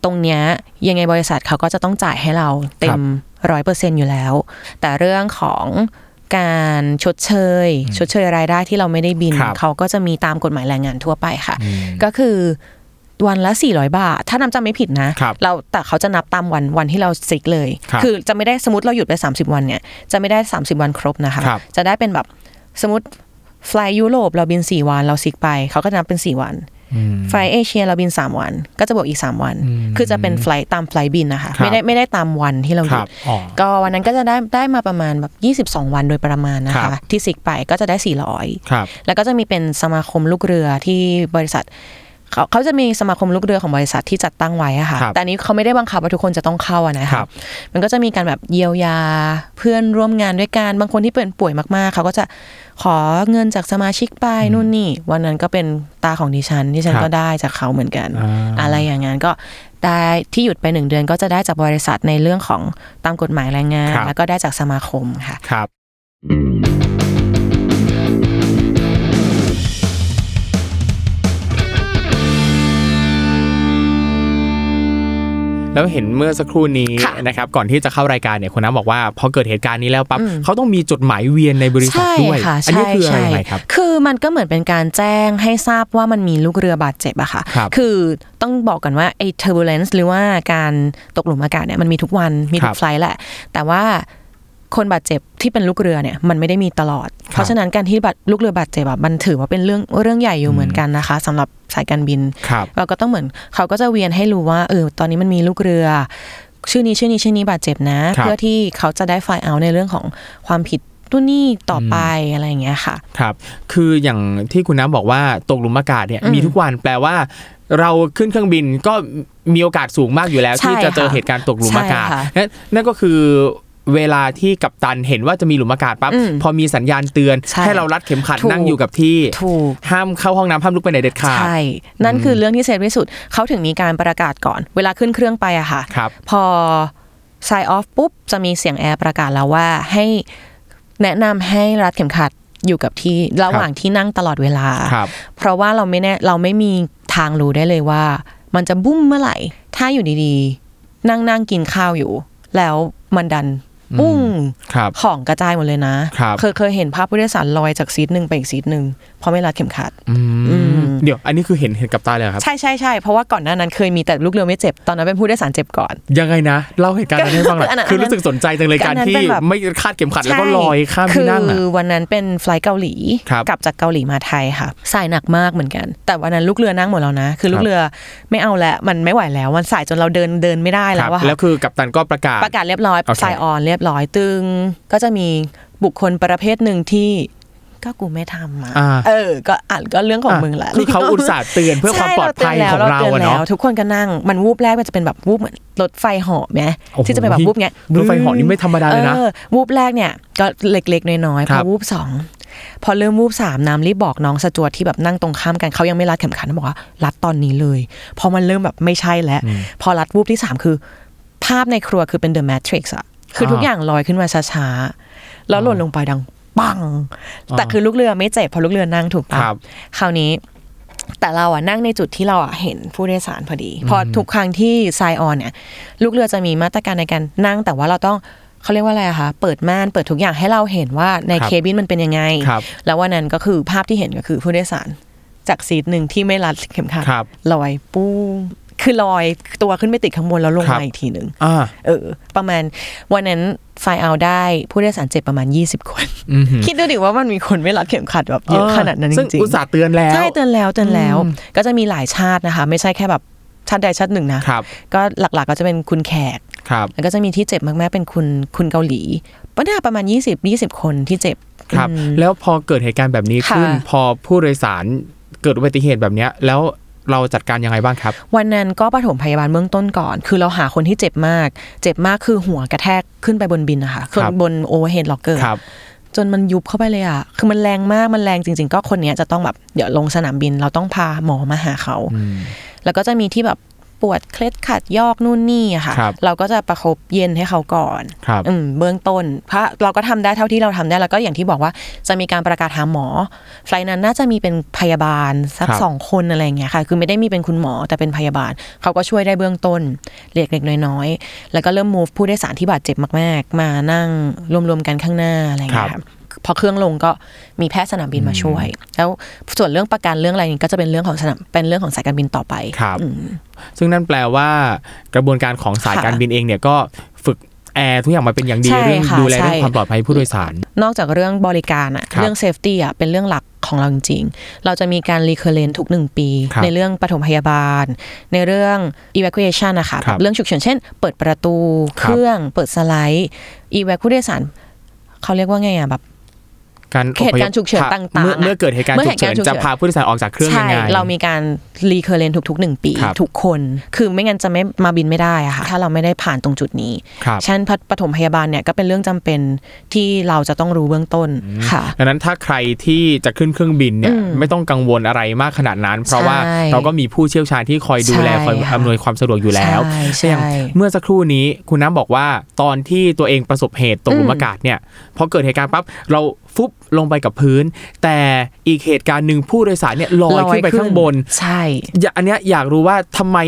Speaker 3: ตรงเนี้ยยังไงบริษัทเขาก็จะต้องจ่ายให้เราเต็มร้อยเปอร์เซ็นอยู่แล้ว แต่เรื่องของการชดเชย ชดเชยรายได้ที่เราไม่ได้บิน
Speaker 2: ครับ
Speaker 3: เขาก็จะมีตามกฎหมายแรงงานทั่วไปค่ะ
Speaker 2: อืม
Speaker 3: ก็คือวันละ 400 บาท ถ้านับจำไม่ผิดนะครับเราแต่เขาจะนับตามวันวันที่เราซิกเลย
Speaker 2: ครับ
Speaker 3: อจะไม่ได้สมมติเราหยุดไป 30 วันเนี่ยจะไม่ได้ 30 วันครบนะคะ
Speaker 2: ครับ
Speaker 3: จะได้เป็นแบบสมมติไฟล์ยุโรปเราบิน 4 วันเราซิกไป เขาก็จะนับเป็น 4 วัน ไฟล์เอเชียเราบิน 3 วัน ก็จะบวกอีก 3 วัน
Speaker 2: อืม
Speaker 3: คือจะเป็นไฟล์ตามไฟล์บินนะคะ
Speaker 2: ครับ
Speaker 3: ไม่ได้ไม่ได้ตามวันที่เราห
Speaker 2: ค
Speaker 3: ยุ
Speaker 2: รับ
Speaker 3: ด
Speaker 2: อ๋อ
Speaker 3: ก็วันนั้นก็จะได้ได้มาประมาณแบบ22 วันโดยประมาณนะ
Speaker 2: ครั
Speaker 3: คะ
Speaker 2: บ
Speaker 3: ที่ซิกไปก็จะได้ 400
Speaker 2: ครับ
Speaker 3: แล้วก็จะมีเป็นสมาคมลูกเรือที่บริษัท เขาเขาจะมีสมาคมลูกเรือของบริษัทที่จัดตั้งไว้อะค่ะ
Speaker 2: ครับ
Speaker 3: แต่อันนี้เขาไม่ได้บังคับว่าทุกคนจะต้องเข้าอะนะ
Speaker 2: ครั
Speaker 3: คะ
Speaker 2: บ
Speaker 3: มันก็จะมีการแบบเยียวยาเพื่อนร่วมงานด้วยกันบางคนที่เป็นป่วยมากๆ เขาก็จะขอเงินจากสมาชิกไปนู่นนี่ วันนั้นก็เป็นตาของดิฉันที่ฉันก็ได้จากเขาเหมือนกัน อะไรอย่างนั้นก็ได้ที่หยุดไปหนึ่งเดือนก็จะได้จากบริษัทในเรื่องของตามกฎหมายแรงงาน
Speaker 2: ครับ
Speaker 3: แล้วก็ได้จากสมาคมค่ะ
Speaker 2: ครับ แล้วเห็นเมื่อสักครู่นี้
Speaker 3: ค่ะ
Speaker 2: นะครับ ก่อนที่จะเข้ารายการเนี่ยคุณน้ำบอกว่าพอเกิดเหตุการณ์นี้แล้วปั๊บ
Speaker 3: อืม
Speaker 2: เขาต้องมีจดหมายเวียนในบริษัท
Speaker 3: ใช่
Speaker 2: ด้วย
Speaker 3: ค่ะ
Speaker 2: อันี้
Speaker 3: ใช่
Speaker 2: คืออะไร
Speaker 3: ใช่
Speaker 2: ยังไงครับ
Speaker 3: คือมันก็เหมือนเป็นการแจ้งให้ทราบว่ามันมีลูกเรือบาดเจ็บอะค่ะ
Speaker 2: ครับ
Speaker 3: อต้องบอกก่อนว่าไอ้ turbulence หรือว่าการตกหลุมอากาศเนี่ยมันมีทุกวันมี
Speaker 2: ค
Speaker 3: ทุ
Speaker 2: รั
Speaker 3: ก
Speaker 2: บ
Speaker 3: ไฟล์แหละ แต่ว่าคนบาดเจ็บที่เป็นลูกเรือเนี่ยมันไม่ได้มีตลอด เพ
Speaker 2: ครั
Speaker 3: ราะ
Speaker 2: บ
Speaker 3: ฉะนั้นการที่บาดลูกเรือบาดเจ็บอะมันถือว่าเป็นเรื่องเรื่องใหญ่อยู่เหมือนกันนะคะสำหรับสายการบิน
Speaker 2: ครับ
Speaker 3: เราก็ต้องเหมือนเขาก็จะเวียนให้รู้ว่าเออตอนนี้มันมีลูกเรือ ชื่อนี้ชื่อนี้ชื่อนี้บาดเจ็บนะ
Speaker 2: ครับ
Speaker 3: เพื่อที่เขาจะได้ไฟล์เอาในเรื่องของความผิดตุนนี่ต่อไปอะไรอย่างเงี้ยค่ะ
Speaker 2: ครับ คืออย่างที่คุณน้ำบอกว่าตกหลุมอากาศเนี่ย
Speaker 3: อืม
Speaker 2: มีทุกวันแปลว่า เราขึ้นเครื่องบินก็มีโอกาสสูงมากอยู่แล้ว
Speaker 3: ใช่
Speaker 2: ที่จะ
Speaker 3: ค่ะ
Speaker 2: เจอเหตุการณ์ตกหลุมอากาศ
Speaker 3: ใช่ค่ะ
Speaker 2: นั่นนั่นก็คือเวลาที่กัปตันเห็นว่าจะมีหลุมอากาศปั๊บ
Speaker 3: อืม
Speaker 2: พอมีสัญญาณเตือน
Speaker 3: ใช่
Speaker 2: ให้เรารัดเข็มขัด
Speaker 3: ถูก
Speaker 2: นั่งอยู่กับที่
Speaker 3: ถูก
Speaker 2: ห้ามเข้าห้องน้ำห้ามลุกไปไหนเด็ดขาด
Speaker 3: ใช่ นั่นคือเรื่องที่เซฟที่สุด เขาถึงมีการประกาศก่อน เวลาขึ้นเครื่องไปอะค่ะ
Speaker 2: ครับ
Speaker 3: พอ sign off ปุ๊บ จะมีเสียงแอร์ประกาศแล้วว่าให้แนะนำให้รัดเข็มขัดอยู่กับที่ระหว่างที่นั่งตลอดเวลา
Speaker 2: ครับ
Speaker 3: เพราะว่าเราไม่แน่เราไม่มีทางรู้ได้เลยว่า มันจะบุ้มเมื่อไหร่ ถ้าอยู่ดีๆ นั่งนั่งกินข้าวอยู่ แล้วมันดันปุ้ง
Speaker 2: ครับ
Speaker 3: ของกระจายหมดเลยนะครับ เคยเคยเห็นภาพผู้โดยสารลอยจากซีทหนึ่งไปอีกซีทหนึ่งเพราะไม่รัดเข็มขัด
Speaker 2: อืม
Speaker 3: อืม
Speaker 2: เดี๋ยวอันนี้คือเห็นเห็นกับตาเลยเหรอครับ
Speaker 3: ใช่ใช่ใช่เพราะว่าก่อนหน้านั้นเคยมีแต่ลูกเรือไม่เจ็บ ตอนนั้นเป็นผู้โดยสารเจ็บก่อน
Speaker 2: ยังไงนะเล่าเหตุการณ์นั้นให้ฟังหน่อย
Speaker 3: อันนั้น
Speaker 2: คือรู้สึกสนใจจังเลย
Speaker 3: อั
Speaker 2: กาน ร
Speaker 3: นั้น
Speaker 2: ที่
Speaker 3: เป็นแบบ
Speaker 2: ไม่คาดเข็มขัดแล้วก็ลอยข้ามที่นั่ง
Speaker 3: คื
Speaker 2: อะ
Speaker 3: อวันนั้นเป็นไฟลท์เกาหลี
Speaker 2: ครับ
Speaker 3: กลับจากเกาหลีมาไทยค่ะสายหนักมากเหมือนกัน แต่วันนั้นลูกเรือนั่งหมดแล้วนะ คือลู
Speaker 2: ครับ
Speaker 3: กเรือไม่เอาแล้วมันไม่ไหวแล้วมันสายจนเราเดินเดินไม่ได้
Speaker 2: ค
Speaker 3: แล้
Speaker 2: รับ
Speaker 3: วอะค่ะ
Speaker 2: แล้วคือกัปตันก็ประกาศ
Speaker 3: ประกาศเรียบร้อย
Speaker 2: โอเค
Speaker 3: สายออนเรียบร้อยตึง ก็จะมีบุคคลประเภทหนึ่งที่ก็กูไม่ทำอ่ะ
Speaker 2: อ่า
Speaker 3: เออ ก็อ่านก็เรื่องของมึงแหละ
Speaker 2: คือเขาอุตส่าห์เตือนเพื่อความ
Speaker 3: ใช่
Speaker 2: ปลอดภัยของเรา
Speaker 3: ตืน
Speaker 2: อะ
Speaker 3: แล้ว
Speaker 2: เนาะ
Speaker 3: ทุกคนก็นั่งมันวูบแรกมันจะเป็นแบบวูบเหมือนรถไฟเหาะไหม
Speaker 2: โอ้โห
Speaker 3: ที่จะเป็นแบบวูบเงี้ย
Speaker 2: รถไฟเหอนี่ไม่ธรรมดาเลยนะ
Speaker 3: ออวูบแรกเนี่ย ก็เล็กๆ น้อยๆ
Speaker 2: ค
Speaker 3: พ
Speaker 2: รั
Speaker 3: อบ วูบสองพอเริ่มวูบสามน้ำรีบบอกน้องสจวตที่แบบนั่งตรงข้ามกันเขายังไม่รัดเข็มขัดนะบอกว่ารัดตอนนี้เลยเพอมันเริ่มแบบไม่ใช่แล้ว พอรัดวูบที่สามคือ ภาพในครัวคือเป็น The Matrix อะคือทุก
Speaker 2: อ่า
Speaker 3: อย่างลอยขึ้นมาช้าๆ แล้วหล่นลงไปดังปัง แต่คือลูกเรือไม่เจ็บเพราะลูกเรือนั่งถูกปะ
Speaker 2: ครับ
Speaker 3: คราวนี้ แต่เราอะนั่งในจุดที่เราอะเห็นผู้โดยสารพอดี พอทุกครั้งที่ไซออนเนี่ย ลูกเรือจะมีมาตรการในการนั่ง แต่ว่าเราต้องเขาเรียกว่าอะไรอะคะเปิดม่านเปิดทุกอย่างให้เราเห็นว่าใน
Speaker 2: ครับ
Speaker 3: เคบินมันเป็นยังไง
Speaker 2: ครับ
Speaker 3: แล้ววันนั้นก็คือภาพที่เห็นก็คือผู้โดยสารจากซีทหนึ่งที่ไม่รัดเข็มขัด
Speaker 2: ครับ
Speaker 3: ลอยปูคือลอยตัวขึ้นไปติดข้างบนแล้วลง
Speaker 2: ครับ
Speaker 3: มาอีกทีหนึ่ง
Speaker 2: อ่า
Speaker 3: เออ ประมาณวันนั้นไฟเอาได้ ผู้โดยสารเจ็บประมาณ 20 คน
Speaker 2: อือหือ
Speaker 3: คิดดูดิว่ามันมีคนไม่รัดเข็มขัดแบบเยอะขนาดนั้นจ
Speaker 2: ซึ่ง
Speaker 3: ริง
Speaker 2: อุตส่าห์เตือนแล้ว
Speaker 3: ๆใช่เตือนแล้วเตือนแล้ว ก็จะมีหลายชาตินะคะ ไม่ใช่แค่แบบชาติใดชาติหนึ่งนะ
Speaker 2: ครับ
Speaker 3: ก็หลักๆก็จะเป็นคุณแขก
Speaker 2: ครับ
Speaker 3: แล้วก็จะมีที่เจ็บมากๆเป็นคุณคุณเกาหลีปะน่าประมาณ 20 20 คนที่เจ็บ
Speaker 2: ครับ
Speaker 3: อืม
Speaker 2: แล้วพอเกิดเหตุการณ์แบบนี้ขึ้น
Speaker 3: ค่ะ
Speaker 2: พอผู้โดยสารเกิดอุบัติเหตุแบบเนี้ย แล้วเราจัดการยังไงบ้างครับ
Speaker 3: วันนั้นก็ปฐมพยาบาลเบื้องต้นก่อน คือเราหาคนที่เจ็บมาก เจ็บมากคือหัวกระแทกขึ้นไปบนบินนะคะ
Speaker 2: ครับ
Speaker 3: นบนโอเวอร์เฮดล็อกเกอร์
Speaker 2: ครับ
Speaker 3: จนมันยุบเข้าไปเลยอ่ะ คือมันแรงมาก มันแรงจริง ๆ ก็คนเนี้ยจะต้องแบบเดี๋ยวลงสนามบิน เราต้องพาหมอมาหาเขา แล้วก็จะมีที่แบบปวดเคล็ดขัดยอกนู่นนี่อะค่ะ
Speaker 2: ครับ
Speaker 3: เราก็จะประคบเย็นให้เขาก่อน
Speaker 2: ครับ
Speaker 3: อืมเบื้องต้นเพราะเราก็ทำได้เท่าที่เราทำได้แล้วก็อย่างที่บอกว่าจะมีการประกาศหาหมอไฟล์นั้นน่าจะมีเป็นพยาบาลสัก
Speaker 2: ครับ
Speaker 3: สองคนอะไรอย่างเงี้ยค่ะ คือไม่ได้มีเป็นคุณหมอแต่เป็นพยาบาล เขาก็ช่วยได้เบื้องต้นเล็กๆน้อยๆแล้วก็เริ่ม move ผู้โดยสารที่บาดเจ็บมากๆ มานั่งรวมๆกันข้างหน้าอะไรอย่างเงี้ย
Speaker 2: ครับ
Speaker 3: ค่ะพอเครื่องลงก็มีแพทย์สนามบินมาช่วย แล้วส่วนเรื่องประกันเรื่องอะไรนี้ก็จะเป็นเรื่องของสนามเป็นเรื่องของสายการบินต่อไป
Speaker 2: ครับ
Speaker 3: อืม
Speaker 2: ซึ่งนั่นแปลว่ากระบวนการของสาย
Speaker 3: ค่ะ
Speaker 2: การบินเองเนี่ยก็ฝึกแอร์ทุกอย่างมาเป็นอย่างดี
Speaker 3: ใช่
Speaker 2: เรื่อง
Speaker 3: ค่ะ
Speaker 2: ดูแลเรื่อง
Speaker 3: ใช่
Speaker 2: ความปลอดภัยผู้โดยสาร
Speaker 3: นอกจากเรื่องบริการอะ
Speaker 2: ครับ
Speaker 3: เรื่องเซฟตี้อะเป็นเรื่องหลักของเราจริงๆ เราจะมีการรีเคอร์เรนทุกหนึ่งปี
Speaker 2: ครับ
Speaker 3: ในเรื่องปฐมพยาบาล ในเรื่อง evacuation นะคะ
Speaker 2: ครับ
Speaker 3: แบบเรื่องฉุกเฉินเช่น เปิดประตู
Speaker 2: ค
Speaker 3: เค
Speaker 2: รับื่
Speaker 3: รื่อง เปิดสไลด์ evac ผู้โดยสารเขาเรียกว่าไงอะแบบ
Speaker 2: การอพยพ
Speaker 3: เหตุการณ์ฉุกเฉินต่างๆ
Speaker 2: เมื่อ
Speaker 3: อะ
Speaker 2: เมื่อเกิดเหตุการณ์
Speaker 3: เมื่อ
Speaker 2: ฉุก
Speaker 3: เหตุ
Speaker 2: เฉิ
Speaker 3: การ
Speaker 2: น
Speaker 3: ณ์ฉุกเฉิน
Speaker 2: จะพาผู้โดยสารออกจากเครื่องยังไง
Speaker 3: ใช่ เรามีการรีเคอร์เรนทุกๆหนึ่งปี
Speaker 2: ครับ
Speaker 3: ทุกคนคือไม่งั้นจะไม่มาบินไม่ได้อะค่ะ ถ้าเราไม่ได้ผ่านตรงจุดนี้
Speaker 2: ครับ
Speaker 3: ฉะนันพัดปฐมพยาบาลเนี่ยก็เป็นเรื่องจำเป็นที่เราจะต้องรู้เบื้องต้นค่ะ
Speaker 2: ดังนั้นถ้าใครที่จะขึ้นเครื่องบินเนี่ยไม่ต้องกังวลอะไรมากขนาดนั้น เพราะว่า
Speaker 3: ใช่
Speaker 2: เราก็มีผู้เชี่ยวชาญที่คอยดูแล
Speaker 3: ใช่
Speaker 2: คอย
Speaker 3: ค่ะ
Speaker 2: อำนวยความสะดวกอยู่แล้ว
Speaker 3: ใช่ใช่
Speaker 2: แต่อย่างเมื่อสักครู่นี้คุณน้ำบอกว่าตอนที่ตัวเองประสบเหตุตกหลุมอากาศเนี่ยพอเกิดเหตุการณ์ปั๊บเราฟุบลงไปกับพื้น แต่อีกเหตุการณ์หนึ่งผู้โดยสารเนี่ยลอยขึ้นไปข้างบน
Speaker 3: ใช่
Speaker 2: อย่าอันเนี้ยอยากรู้ว่าทำไม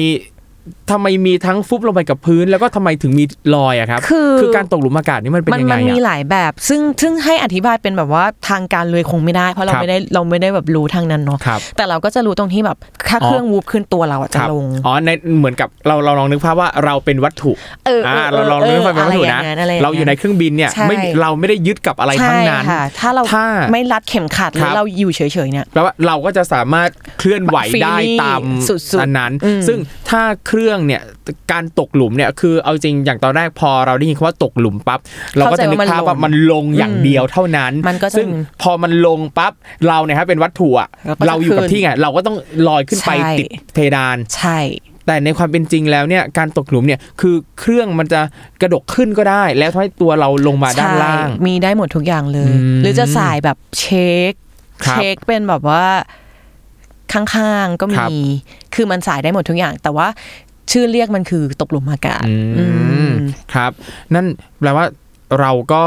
Speaker 2: ทำไมมีทั้งฟุบลงไปกับพื้น แล้วก็ทำไมถึงมีลอยอะครับ
Speaker 3: คือ
Speaker 2: การตกหลุมอากาศนี่มันเป็น
Speaker 3: มัน
Speaker 2: ยังไง
Speaker 3: มันมี
Speaker 2: อะ
Speaker 3: หลายแบบ ซึ่งซึ่งให้อธิบายเป็นแบบว่าทางการเลยคงไม่ได้ เพราะเรา
Speaker 2: ครับ
Speaker 3: ไม่ได้เราไม่ได้แบบรู้ทางนั้นเนาะ
Speaker 2: ครับ
Speaker 3: แต่เราก็จะรู้ตรงที่แบบถ้า
Speaker 2: อ๋อ
Speaker 3: เครื่องวูบขึ้นตัวเราอะจะ
Speaker 2: ครับ
Speaker 3: ลง
Speaker 2: อ๋อในเหมือนกับเราเราลองนึกภาพว่าเราเป็นวัตถุ
Speaker 3: เออ
Speaker 2: อ่าเราลองนึกภาพเป็นวัตถุนะ
Speaker 3: อไรอย่งง
Speaker 2: เราอยู่ในเครื่องบินเนี่ย
Speaker 3: ใช่
Speaker 2: ไม่เราไม่ได้ยึดกับอะไรทั้งนั้น
Speaker 3: ใช่ค่ะถ้าเรา
Speaker 2: ถ้า
Speaker 3: ไม่รัดเข็มขัดห
Speaker 2: ค
Speaker 3: รื
Speaker 2: รั
Speaker 3: อบ เราอยู่เฉยๆเนี่ย
Speaker 2: แปลว่าเราก็จะสามารถเคลื่อนไหวได้
Speaker 3: มัน freely
Speaker 2: ตาม
Speaker 3: สุดๆ
Speaker 2: อันนั้น
Speaker 3: อืม
Speaker 2: ซึ่งถ้าเครื่องเนี่ยการตกหลุมเนี่ยคือเอาจริงอย่างตอนแรกพอเราได้ยินคำว่าตกหลุมปั๊บเราก็จะนึกภาพว่ามันลงอย่างเดียวเท่านั้น
Speaker 3: มันก็จะ
Speaker 2: ซึ่งพอมันลงปั๊บเราเนี่ยฮะเป็นวัตถุอะ
Speaker 3: เราก็จะ
Speaker 2: เราอยู่กับ
Speaker 3: ขึ้น
Speaker 2: ที่ไงเราก็ต้องลอยขึ้นไป
Speaker 3: ใช่
Speaker 2: ติดเพดาน
Speaker 3: ใช่
Speaker 2: แต่ในความเป็นจริงแล้วเนี่ยการตกหลุมเนี่ยคือเครื่องมันจะกระดกขึ้นก็ได้ แล้วทำให้ตัวเราลงมาด้านล่าง
Speaker 3: ใช่มีได้หมดทุกอย่างเลย
Speaker 2: อืม
Speaker 3: หรือจะสายแบบเช็ค
Speaker 2: ครับ
Speaker 3: เช็คเป็นแบบว่าข้างๆก็
Speaker 2: ครั
Speaker 3: มี
Speaker 2: บ
Speaker 3: คือมันสายได้หมดทุกอย่าง แต่ว่าชื่อเรียกมันคือตกหลุมอากาศ
Speaker 2: อื
Speaker 3: อื
Speaker 2: ม
Speaker 3: ม
Speaker 2: ครับ นั่นแปลว่าเราก็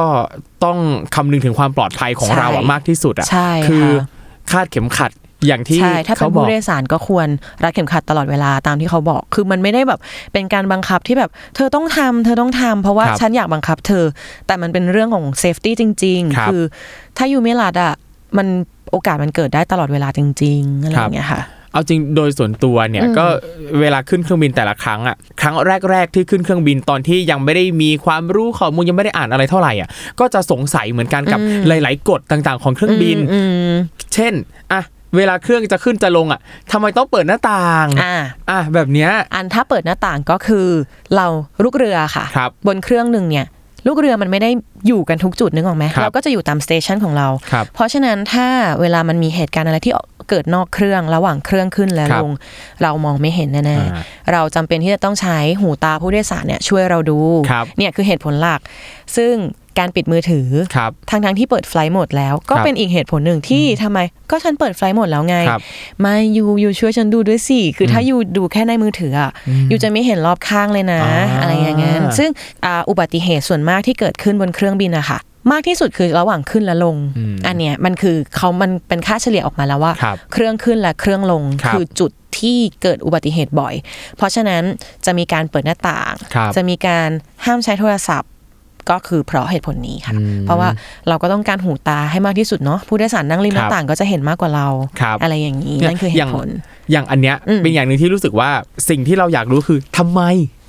Speaker 2: ต้องคำนึงถึงความปลอดภัยของ
Speaker 3: ใช่
Speaker 2: เราอะมากที่สุดอะ
Speaker 3: ใช่
Speaker 2: คือ
Speaker 3: ค่ะ
Speaker 2: คาดเข็มขัดอย่างที่
Speaker 3: ใช่ ถ้าเป็
Speaker 2: เขา
Speaker 3: น
Speaker 2: บอ
Speaker 3: ผู้
Speaker 2: ก
Speaker 3: โดยสารก็ควรรัดเข็มขัดตลอดเวลาตามที่เขาบอก คือมันไม่ได้แบบเป็นการบังคับที่แบบ เธอต้องทำเธอต้องทำเพราะว่า
Speaker 2: ครับ
Speaker 3: ฉันอยากบังคับเธอ แต่มันเป็นเรื่องของเซฟตี้จริง
Speaker 2: ครั
Speaker 3: ๆ
Speaker 2: บ
Speaker 3: คือถ้าอยู่ไม่รัดอ่ะ มันโอกาสมันเกิดได้ตลอดเวลาจริง ๆ อะไร
Speaker 2: ค
Speaker 3: อ
Speaker 2: รับ
Speaker 3: ย่างเงี้ยค่ะ
Speaker 2: เอาจริงโดยส่วนตัวเนี่ย
Speaker 3: อืม
Speaker 2: ก็เวลาขึ้นเครื่องบินแต่ละครั้งอะครั้งแรก ๆ ที่ขึ้นเครื่องบินตอนที่ยังไม่ได้มีความรู้ข้อมูลยังไม่ได้อ่านอะไรเท่าไหร่อะก็จะสงสัยเหมือนกันกับ
Speaker 3: อืม
Speaker 2: หลาย ๆ กฎต่างๆ ของเครื่องบิน
Speaker 3: อืม
Speaker 2: เช่น อ่ะ เวลาเครื่องจะขึ้นจะลงอ่ะทำไมต้องเปิดหน้าต่าง
Speaker 3: ๆอ่า
Speaker 2: อ่ะ แบบเนี้ย
Speaker 3: อันถ้าเปิดหน้าต่างก็คือ เราลูกเรือค่ะ
Speaker 2: ครับ
Speaker 3: บนเครื่องหนึ่งเนี่ย ลูกเรือมันไม่ได้อยู่กันทุกจุดนึกออกไหม
Speaker 2: ครับ
Speaker 3: เราก็จะอยู่ตามสเตชันของเรา
Speaker 2: ครับ
Speaker 3: เพราะฉะนั้นถ้าเวลามันมีเหตุการณ์อะไรที่เกิดนอกเครื่องระหว่างเครื่องขึ้นและ
Speaker 2: ครับ
Speaker 3: ลง เรามองไม่เห็นแน่
Speaker 2: อ่า
Speaker 3: ๆเราจำเป็นที่จะต้องใช้หูตาผู้โดยสารเนี่ยช่วยเราดู
Speaker 2: ครับ
Speaker 3: เนี่ยคือเหตุผลหลัก ซึ่งการปิดมือถือ
Speaker 2: ครับ
Speaker 3: ทั้งทั้งๆที่เปิดไฟล์หมดแล้ว ก็
Speaker 2: ครับ
Speaker 3: เป็นอีกเหตุผลหนึ่งที่ทำไมก็ฉันเปิดไฟล์หมดแล้วไง
Speaker 2: ครับ
Speaker 3: ไม่ยูยูช่วยฉันดูด้วยสิคืออถ้ายูดูแค่ในมือถืออ่ะยูจะไม่เห็นรอบข้างเลยนะ
Speaker 2: อ่า
Speaker 3: อะไรอย่างนั้นซึ่งอ่าอุบัติเหตุส่วนมากที่เกิดขึ้นบนเครื่องบินอะค่ะมากที่สุดคือระหว่างขึ้นและลง อันเนี้ยมันคือเขามันเป็นค่าเฉลี่ยออกมาแล้วว่า
Speaker 2: ครับ
Speaker 3: เครื่องขึ้นและเครื่องลง
Speaker 2: ครับ
Speaker 3: อจุดที่เกิดอุบัติเหตุบ่อย เพราะฉะนั้นจะมีการเปิดหน้าต่าง
Speaker 2: ครับ
Speaker 3: จะมีการห้ามใช้โทรศัพท์ ก็คือเพราะเหตุผลนี้ค่ะ
Speaker 2: อืม
Speaker 3: เพราะว่าเราก็ต้องการหูตาให้มากที่สุดเนาะผู้โดยสารนั่งริมห
Speaker 2: ค
Speaker 3: น้า
Speaker 2: รับ
Speaker 3: ต่างก็จะเห็นมากกว่าเรา
Speaker 2: ครับ
Speaker 3: อะไรอย่างนี้
Speaker 2: เนี่ย
Speaker 3: นั่นคือเห
Speaker 2: อย่าง
Speaker 3: ตุผล
Speaker 2: อย่างอันเนี้ย
Speaker 3: อืม
Speaker 2: เป็นอย่างหนึ่งที่รู้สึกว่าสิ่งที่เราอยากรู้คือทำไม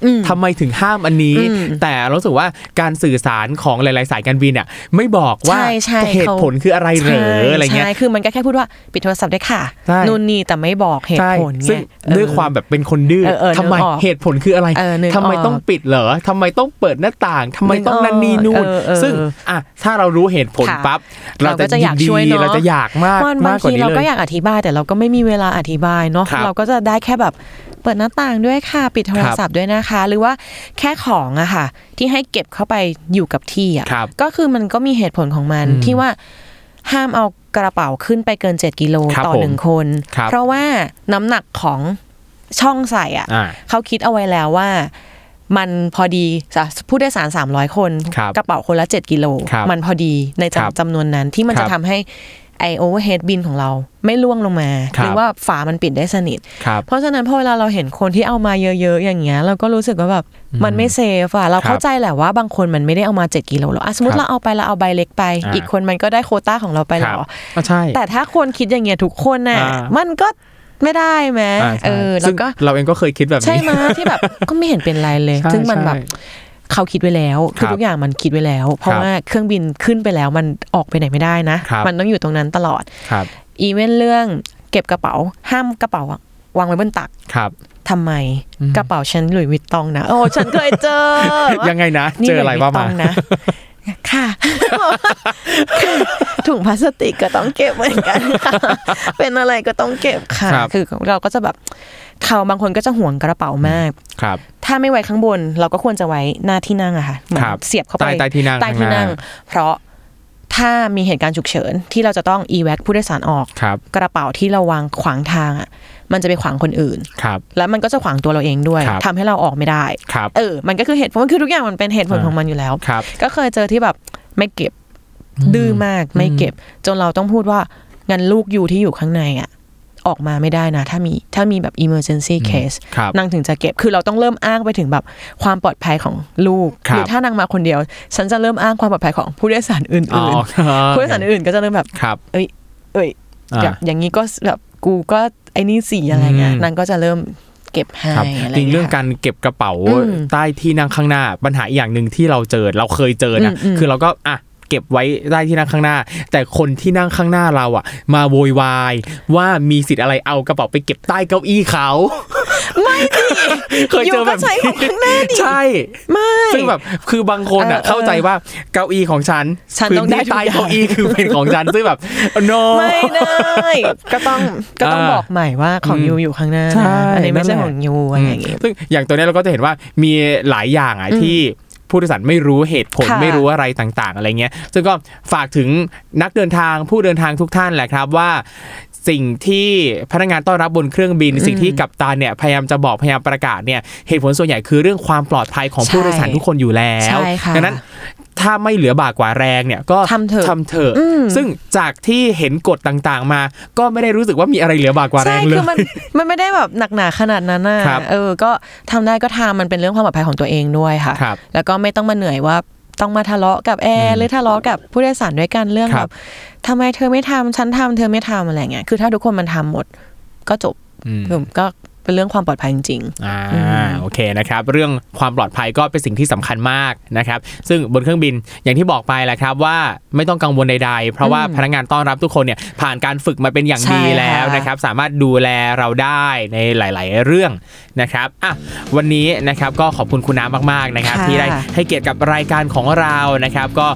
Speaker 3: อืม
Speaker 2: ทำไมถึงห้ามอันนี้
Speaker 3: อืม
Speaker 2: แต่เรารู้สึกว่าการสื่อสารของหลาย ๆ สายการบินอ่ะไม่บอกว่า
Speaker 3: ใช่ใช่
Speaker 2: เหตุ
Speaker 3: เขา
Speaker 2: ผลคืออะไรเหรออะไรเงี้ย
Speaker 3: ใช่ คือมันก็แค่พูดว่าปิดโทรศัพท์ได้วยค่ะ
Speaker 2: ใช่
Speaker 3: นู่นนี่แต่ไม่บอกเหตุ
Speaker 2: ใช่
Speaker 3: ผลไง
Speaker 2: ซึ่งด้วย
Speaker 3: เออ
Speaker 2: ความแบบเป็นคนดื้อ
Speaker 3: เออเออนึก
Speaker 2: ทำไม
Speaker 3: ออก
Speaker 2: เหตุผลคืออะไร
Speaker 3: เออนึก
Speaker 2: ทำไม
Speaker 3: ออก
Speaker 2: ต้องปิดเหรอทำไมต้องเปิดหน้าต่างทำไมต้อง
Speaker 3: นึกออก
Speaker 2: นั่นนี่นู่น
Speaker 3: เออเออ
Speaker 2: ซึ่งอ่ะถ้าเรารู้เหตุผล
Speaker 3: ค่ะ
Speaker 2: ปั๊บเรา
Speaker 3: เราก็
Speaker 2: จะ
Speaker 3: จะอ
Speaker 2: อาย
Speaker 3: ยาก ก
Speaker 2: ดี
Speaker 3: ช่วยเนอะ
Speaker 2: เราจะอยากมาก
Speaker 3: มัน
Speaker 2: มา
Speaker 3: บาก ง
Speaker 2: กว่า
Speaker 3: ที
Speaker 2: นี้
Speaker 3: เรา
Speaker 2: เล
Speaker 3: ก็
Speaker 2: ย
Speaker 3: อยากอธิบายแต่เราก็ไม่มีเวลาอธิบายเนาะ
Speaker 2: ครับ
Speaker 3: เราก็จะได้แค่แบบเปิดหน้าต่างด้วยค่ะปิดโทรศัพท์ด้วยนะคะ หรือว่าแค่ของอะค่ะ ที่ให้เก็บเข้าไปอยู่กับที่อะ
Speaker 2: ครับ
Speaker 3: ก็คือมันก็มีเหตุผลของมัน
Speaker 2: อืม
Speaker 3: ที่ว่าห้ามเอากระเป๋าขึ้นไปเกิน 7 กิโล
Speaker 2: ครับ
Speaker 3: ต่อหนึ่ง
Speaker 2: ผม
Speaker 3: คน
Speaker 2: ครับ
Speaker 3: เพราะว่าน้ำหนักของช่องใส่อะ
Speaker 2: อ่า
Speaker 3: เขาคิดเอาไว้แล้วว่า มันพอดีจ้ะผู้โดยสาร 300 คน
Speaker 2: ครับ
Speaker 3: กระเป๋าคนละ 7 กิโล
Speaker 2: ครับ
Speaker 3: มันพอดีใน
Speaker 2: ครับ
Speaker 3: จำจำนวนนั้นที่มัน
Speaker 2: ครั
Speaker 3: จะ
Speaker 2: บ
Speaker 3: ทำให้ไอโอเวอร์เฮดบินของเราไม่ล่วงลงมา
Speaker 2: ครับ
Speaker 3: หรือว่าฝามันปิดได้สนิท
Speaker 2: ครับ
Speaker 3: เพราะฉะนั้นพอเวลาเราเห็นคนที่เอามาเยอะๆ อย่างเงี้ยเราก็รู้สึกว่าแบบมันไม่เซฟอะเราเข้าใจแหละว่าบางคนมันไม่ได้เอามา 7 กิโลหรอกอ่ะสมมติ
Speaker 2: ครับ
Speaker 3: เราเอาไปเราเอาใบเล็กไป
Speaker 2: อ่า
Speaker 3: อีกคนมันก็ได้โควต้าของเราไป
Speaker 2: ค
Speaker 3: แล้
Speaker 2: รับ
Speaker 3: ว
Speaker 2: อ่ะใช่
Speaker 3: แต่ถ้าคนคิดอย่างเงี้ยทุกคนน่ะ
Speaker 2: อ่ามั
Speaker 3: มันก็ไม่ได้ไหม
Speaker 2: อ่าใช่
Speaker 3: เออแล้
Speaker 2: ซึ่
Speaker 3: ว
Speaker 2: ง
Speaker 3: ก็
Speaker 2: เราเองก็เคยคิดแบบนี้
Speaker 3: ใช่ไหมย ที่แบบก็ไม่เห็นเป็นไรเลย
Speaker 2: ใช่
Speaker 3: ซึ่งมันแบบ
Speaker 2: ใช่
Speaker 3: เขาคิดไว้แล้วคือทุกอย่างมันคิดไว้แล้ว เพราะ
Speaker 2: ครับ
Speaker 3: ว่าเครื่องบินขึ้นไปแล้วมันออกไปไหนไม่ได้นะ
Speaker 2: ครับ
Speaker 3: มันต้องอยู่ตรงนั้นตลอด
Speaker 2: ครับ
Speaker 3: อีเวนต์เรื่องเก็บกระเป๋าห้ามกระเป๋า วางไว้บนตัก
Speaker 2: ครับ
Speaker 3: ทำไม กระเป๋าฉันหลุยส์วิตตองนะ โอ้ฉันเคยเจอว่า
Speaker 2: ยังไงนะ
Speaker 3: นี่
Speaker 2: เจออะไรว่า
Speaker 3: หลุ
Speaker 2: มา
Speaker 3: ยส์วิตตองนะ ค่ะ ถุงพลาสติกก็ต้องเก็บเหมือนกันค่ะ เป็นอะไรก็ต้องเก็บค่ะ
Speaker 2: ครับ
Speaker 3: คือเราก็จะแบบเขาบางคนก็จะห่วงกระเป๋ามาก
Speaker 2: ครับ
Speaker 3: ถ้าไม่ไว้ข้างบนเราก็ควรจะไว้หน้าที่นั่งอะค่ะเหมือน
Speaker 2: ครับ
Speaker 3: เสียบเข้าไป
Speaker 2: ใต้ใต้ที่นั่ง
Speaker 3: ใต้ที่นั่ง
Speaker 2: ข้างหน้
Speaker 3: เพราะถ้ามีเหตุการณ์ฉุกเฉินที่เราจะต้อง evac ผู้โดยสารออก
Speaker 2: ครับ
Speaker 3: กระเป๋าที่เราวางขวางทางอะมันจะไปขวางคนอื่น
Speaker 2: ครับ
Speaker 3: แล้วมันก็จะขวางตัวเราเองด้วย
Speaker 2: ครับ
Speaker 3: ทำให้เราออกไม่ได้
Speaker 2: ครับ
Speaker 3: เออ มันก็คือเหตุผลมันคือทุกอย่างมันเป็นเหตุผล
Speaker 2: อ่า
Speaker 3: ของมันอยู่แล้ว
Speaker 2: ครับ
Speaker 3: ก็เคยเจอที่แบบไม่เก็บดื้อมากไม่เก็บ จนเราต้องพูดว่างั้นลูกอยู่ที่อยู่ข้างในอะออกมาไม่ได้นะ ถ้ามีถ้ามีแบบ emergency
Speaker 2: อืม
Speaker 3: case
Speaker 2: ครับ
Speaker 3: นางถึงจะเก็บ คือเราต้องเริ่มอ้างไปถึงแบบความปลอดภัยของลูก
Speaker 2: ครับ
Speaker 3: ถ้านางมาคนเดียว ฉันจะเริ่มอ้างความปลอดภัยของผู้โดยสารอื่น
Speaker 2: อ๋อ
Speaker 3: ๆ ผู้โดยสารอื่นๆก็จะเริ่มแบบ
Speaker 2: ครับ
Speaker 3: เอ้ย
Speaker 2: อ่า
Speaker 3: แบบอย่างนี้ก็แบบกูก็ไอ้นี่สี่อะไรเงี้ย
Speaker 2: อืม
Speaker 3: นางก็จะเริ่มเก็บให้
Speaker 2: ครับ
Speaker 3: อะไร
Speaker 2: จริง
Speaker 3: เงี้ย
Speaker 2: เรื่องการเก็บกระเป๋า
Speaker 3: อืม
Speaker 2: ใต้ที่นั่งข้างหน้า ปัญหาอีกอย่างหนึ่งที่เราเจอเราเคยเจอนะ
Speaker 3: อืมอืม
Speaker 2: คือเราก็อ่ะเก็บไว้ใต้ที่นั่งข้างหน้า แต่คนที่นั่งข้างหน้าเราอ่ะ มาโวยวายว่ามีสิทธิ์อะไรเอากระเป๋าไปเก็บใต้เก้าอี้เขาไม่ดิเคยเจอแบบ
Speaker 3: ก็ใช้ของ
Speaker 2: นี้
Speaker 3: ข้างหน้าดิ
Speaker 2: ใช่
Speaker 3: ไม่
Speaker 2: ซึ่งแบบคือบางคนอ่ะ
Speaker 3: เออเออ
Speaker 2: เข้าใจว่าเก้าอี้ของฉัน
Speaker 3: ฉัน
Speaker 2: พื้
Speaker 3: ต้อง
Speaker 2: ที่
Speaker 3: ได้ทุก
Speaker 2: ใต้
Speaker 3: อย่าง
Speaker 2: เก้าอี้คือเป็นของฉันซึ่งแบบ no
Speaker 3: ไม่ได้ ก็ต้องก็ต้อง
Speaker 2: อ่า
Speaker 3: บอกใหม่ว่าของ
Speaker 2: อืม
Speaker 3: ยูอยู่ข้างหน้า
Speaker 2: ใช่
Speaker 3: นะอันนี้ไม่ใช่
Speaker 2: นั่นแหละ
Speaker 3: ของยูอะไรอย่างเงี้ย
Speaker 2: ซึ่งอย่างตัวเนี้ยเราก็จะเห็นว่ามีหลายอย่างอ่ะ
Speaker 3: อืม
Speaker 2: ที่ผู้โดยสารไม่รู้เหตุผล
Speaker 3: ค่ะ
Speaker 2: ไม่รู้อะไรต่างๆ อะไรเงี้ย ซึ่งก็ฝากถึงนักเดินทางผู้เดินทางทุกท่านแหละครับว่า สิ่งที่พนักงานต้อนรับบนเครื่องบิน สิ่งที่กัปตันเนี่ยพยายามจะบอกพยายามประกาศเนี่ยเหตุผลส่วนใหญ่คือเรื่องความปลอดภัยของผู้โดยสารทุกคนอยู่แล้ว
Speaker 3: ใช่ค่ะ
Speaker 2: ดังนั้นถ้าไม่เหลือบากกว่าแรงเนี่ยก็
Speaker 3: ทำเถอะ
Speaker 2: ทำเถอะ
Speaker 3: อืม
Speaker 2: ซึ่งจากที่เห็นกฎต่างๆ มา ก็ไม่ได้รู้สึกว่ามีอะไรเหลือบากกว่าแร
Speaker 3: ใช่
Speaker 2: งเล
Speaker 3: คื
Speaker 2: ย
Speaker 3: อมัน มันไม่ได้แบบหนักหนาขนาดนั้นนะครับ เออ ก็ทำได้ก็ทำมันเป็นเรื่องความปลอดภัยของตัวเองด้วยค่ะ
Speaker 2: ครับ
Speaker 3: แล้วก็ไม่ต้องมาเหนื่อยว่าต้องมาทะเลาะกับแอ
Speaker 2: อื
Speaker 3: ร์
Speaker 2: ม
Speaker 3: หรือทะเลาะกับผู้โดยสารด้วยกันเรื่อง
Speaker 2: ค
Speaker 3: แบ
Speaker 2: รับบ
Speaker 3: ทำไมเธอไม่ทำฉันทำเธอไม่ทำอะไรเงี้ยคือถ้าทุกคนมันทำหมด ก็จบ
Speaker 2: อืม
Speaker 3: ผมก็เป็นเรื่องความปลอดภัยจริง
Speaker 2: อ่า
Speaker 3: อืม
Speaker 2: โอเคนะครับเรื่องความปลอดภัยก็เป็นสิ่งที่สำคัญมากนะครับ ซึ่งบนเครื่องบินอย่างที่บอกไปแหละครับว่าไม่ต้องกังวลใดๆ เพราะว่าพนักงานต้อนรับทุกคนเนี่ยผ่านการฝึกมาเป็นอย่าง
Speaker 3: ใช่
Speaker 2: ดี
Speaker 3: ค่ะ
Speaker 2: แล้วนะครับ สามารถดูแลเราได้ในหลาย ๆ เรื่องนะครับอ่ะวันนี้นะครับก็ขอบคุณคุณน้ำมากๆนะครับ
Speaker 3: ค่ะ
Speaker 2: ที่ได้ให้เกียรติกับรายการของเรานะครับ ก็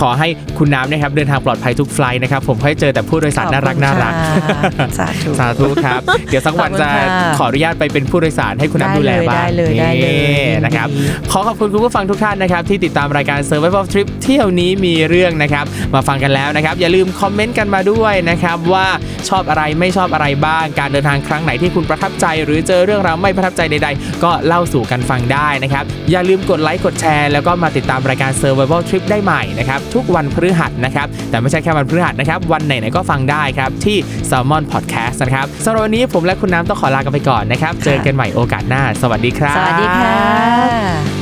Speaker 2: ขอให้คุณน้ำนะครับเดินทางปลอดภัยทุกไฟลท์นะครับ ผมค่อยเจอแต่ผู้โดย
Speaker 3: ๆ
Speaker 2: สารน่ารัก
Speaker 3: ขอบคุณ
Speaker 2: น่ารัก
Speaker 3: ค่ะสาธุ
Speaker 2: สาธุครับ เดี๋ยวสักวันจะ
Speaker 3: ขอบคุณค่ะ
Speaker 2: ขออนุญาตไปเป็นผู้โดยสารให้คุณน้ำดูแลบ้าง
Speaker 3: ได้เลยได้เลยได้เลย
Speaker 2: นี่นะครับ
Speaker 3: ยินดี
Speaker 2: ขอขอบคุณคุณผู้ฟังทุกท่านนะครับ ที่ติดตามรายการ Survival Trip เที่ยวนี้มีเรื่องนะครับ มาฟังกันแล้วนะครับ อย่าลืมคอมเมนต์กันมาด้วยนะครับ ว่าชอบอะไรไม่ชอบอะไรบ้าง การเดินทางครั้งไหนที่คุณประทับใจ หรือเจอเรื่องราวไม่ประทับใจใด ๆ ก็เล่าสู่กันฟังได้นะครับ อย่าลืมกดไลค์กดแชร์ แล้วก็มาติดตามรายการ Survival Trip ได้ใหม่นะครับ ทุกวันพฤหัสนะครับ แต่ไม่ใช่แค่วันพฤหัสนะครับ วันไหนๆก็ฟังได้ครับ ที่ Salmon Podcast นะครับสำหรับวันนี้ผมและคุณน้ำต้องขอลากันไปก่อนนะครับเจอกันใหม่โอกาสหน้า สวัสดีครับ
Speaker 3: สวัสดีค่ะ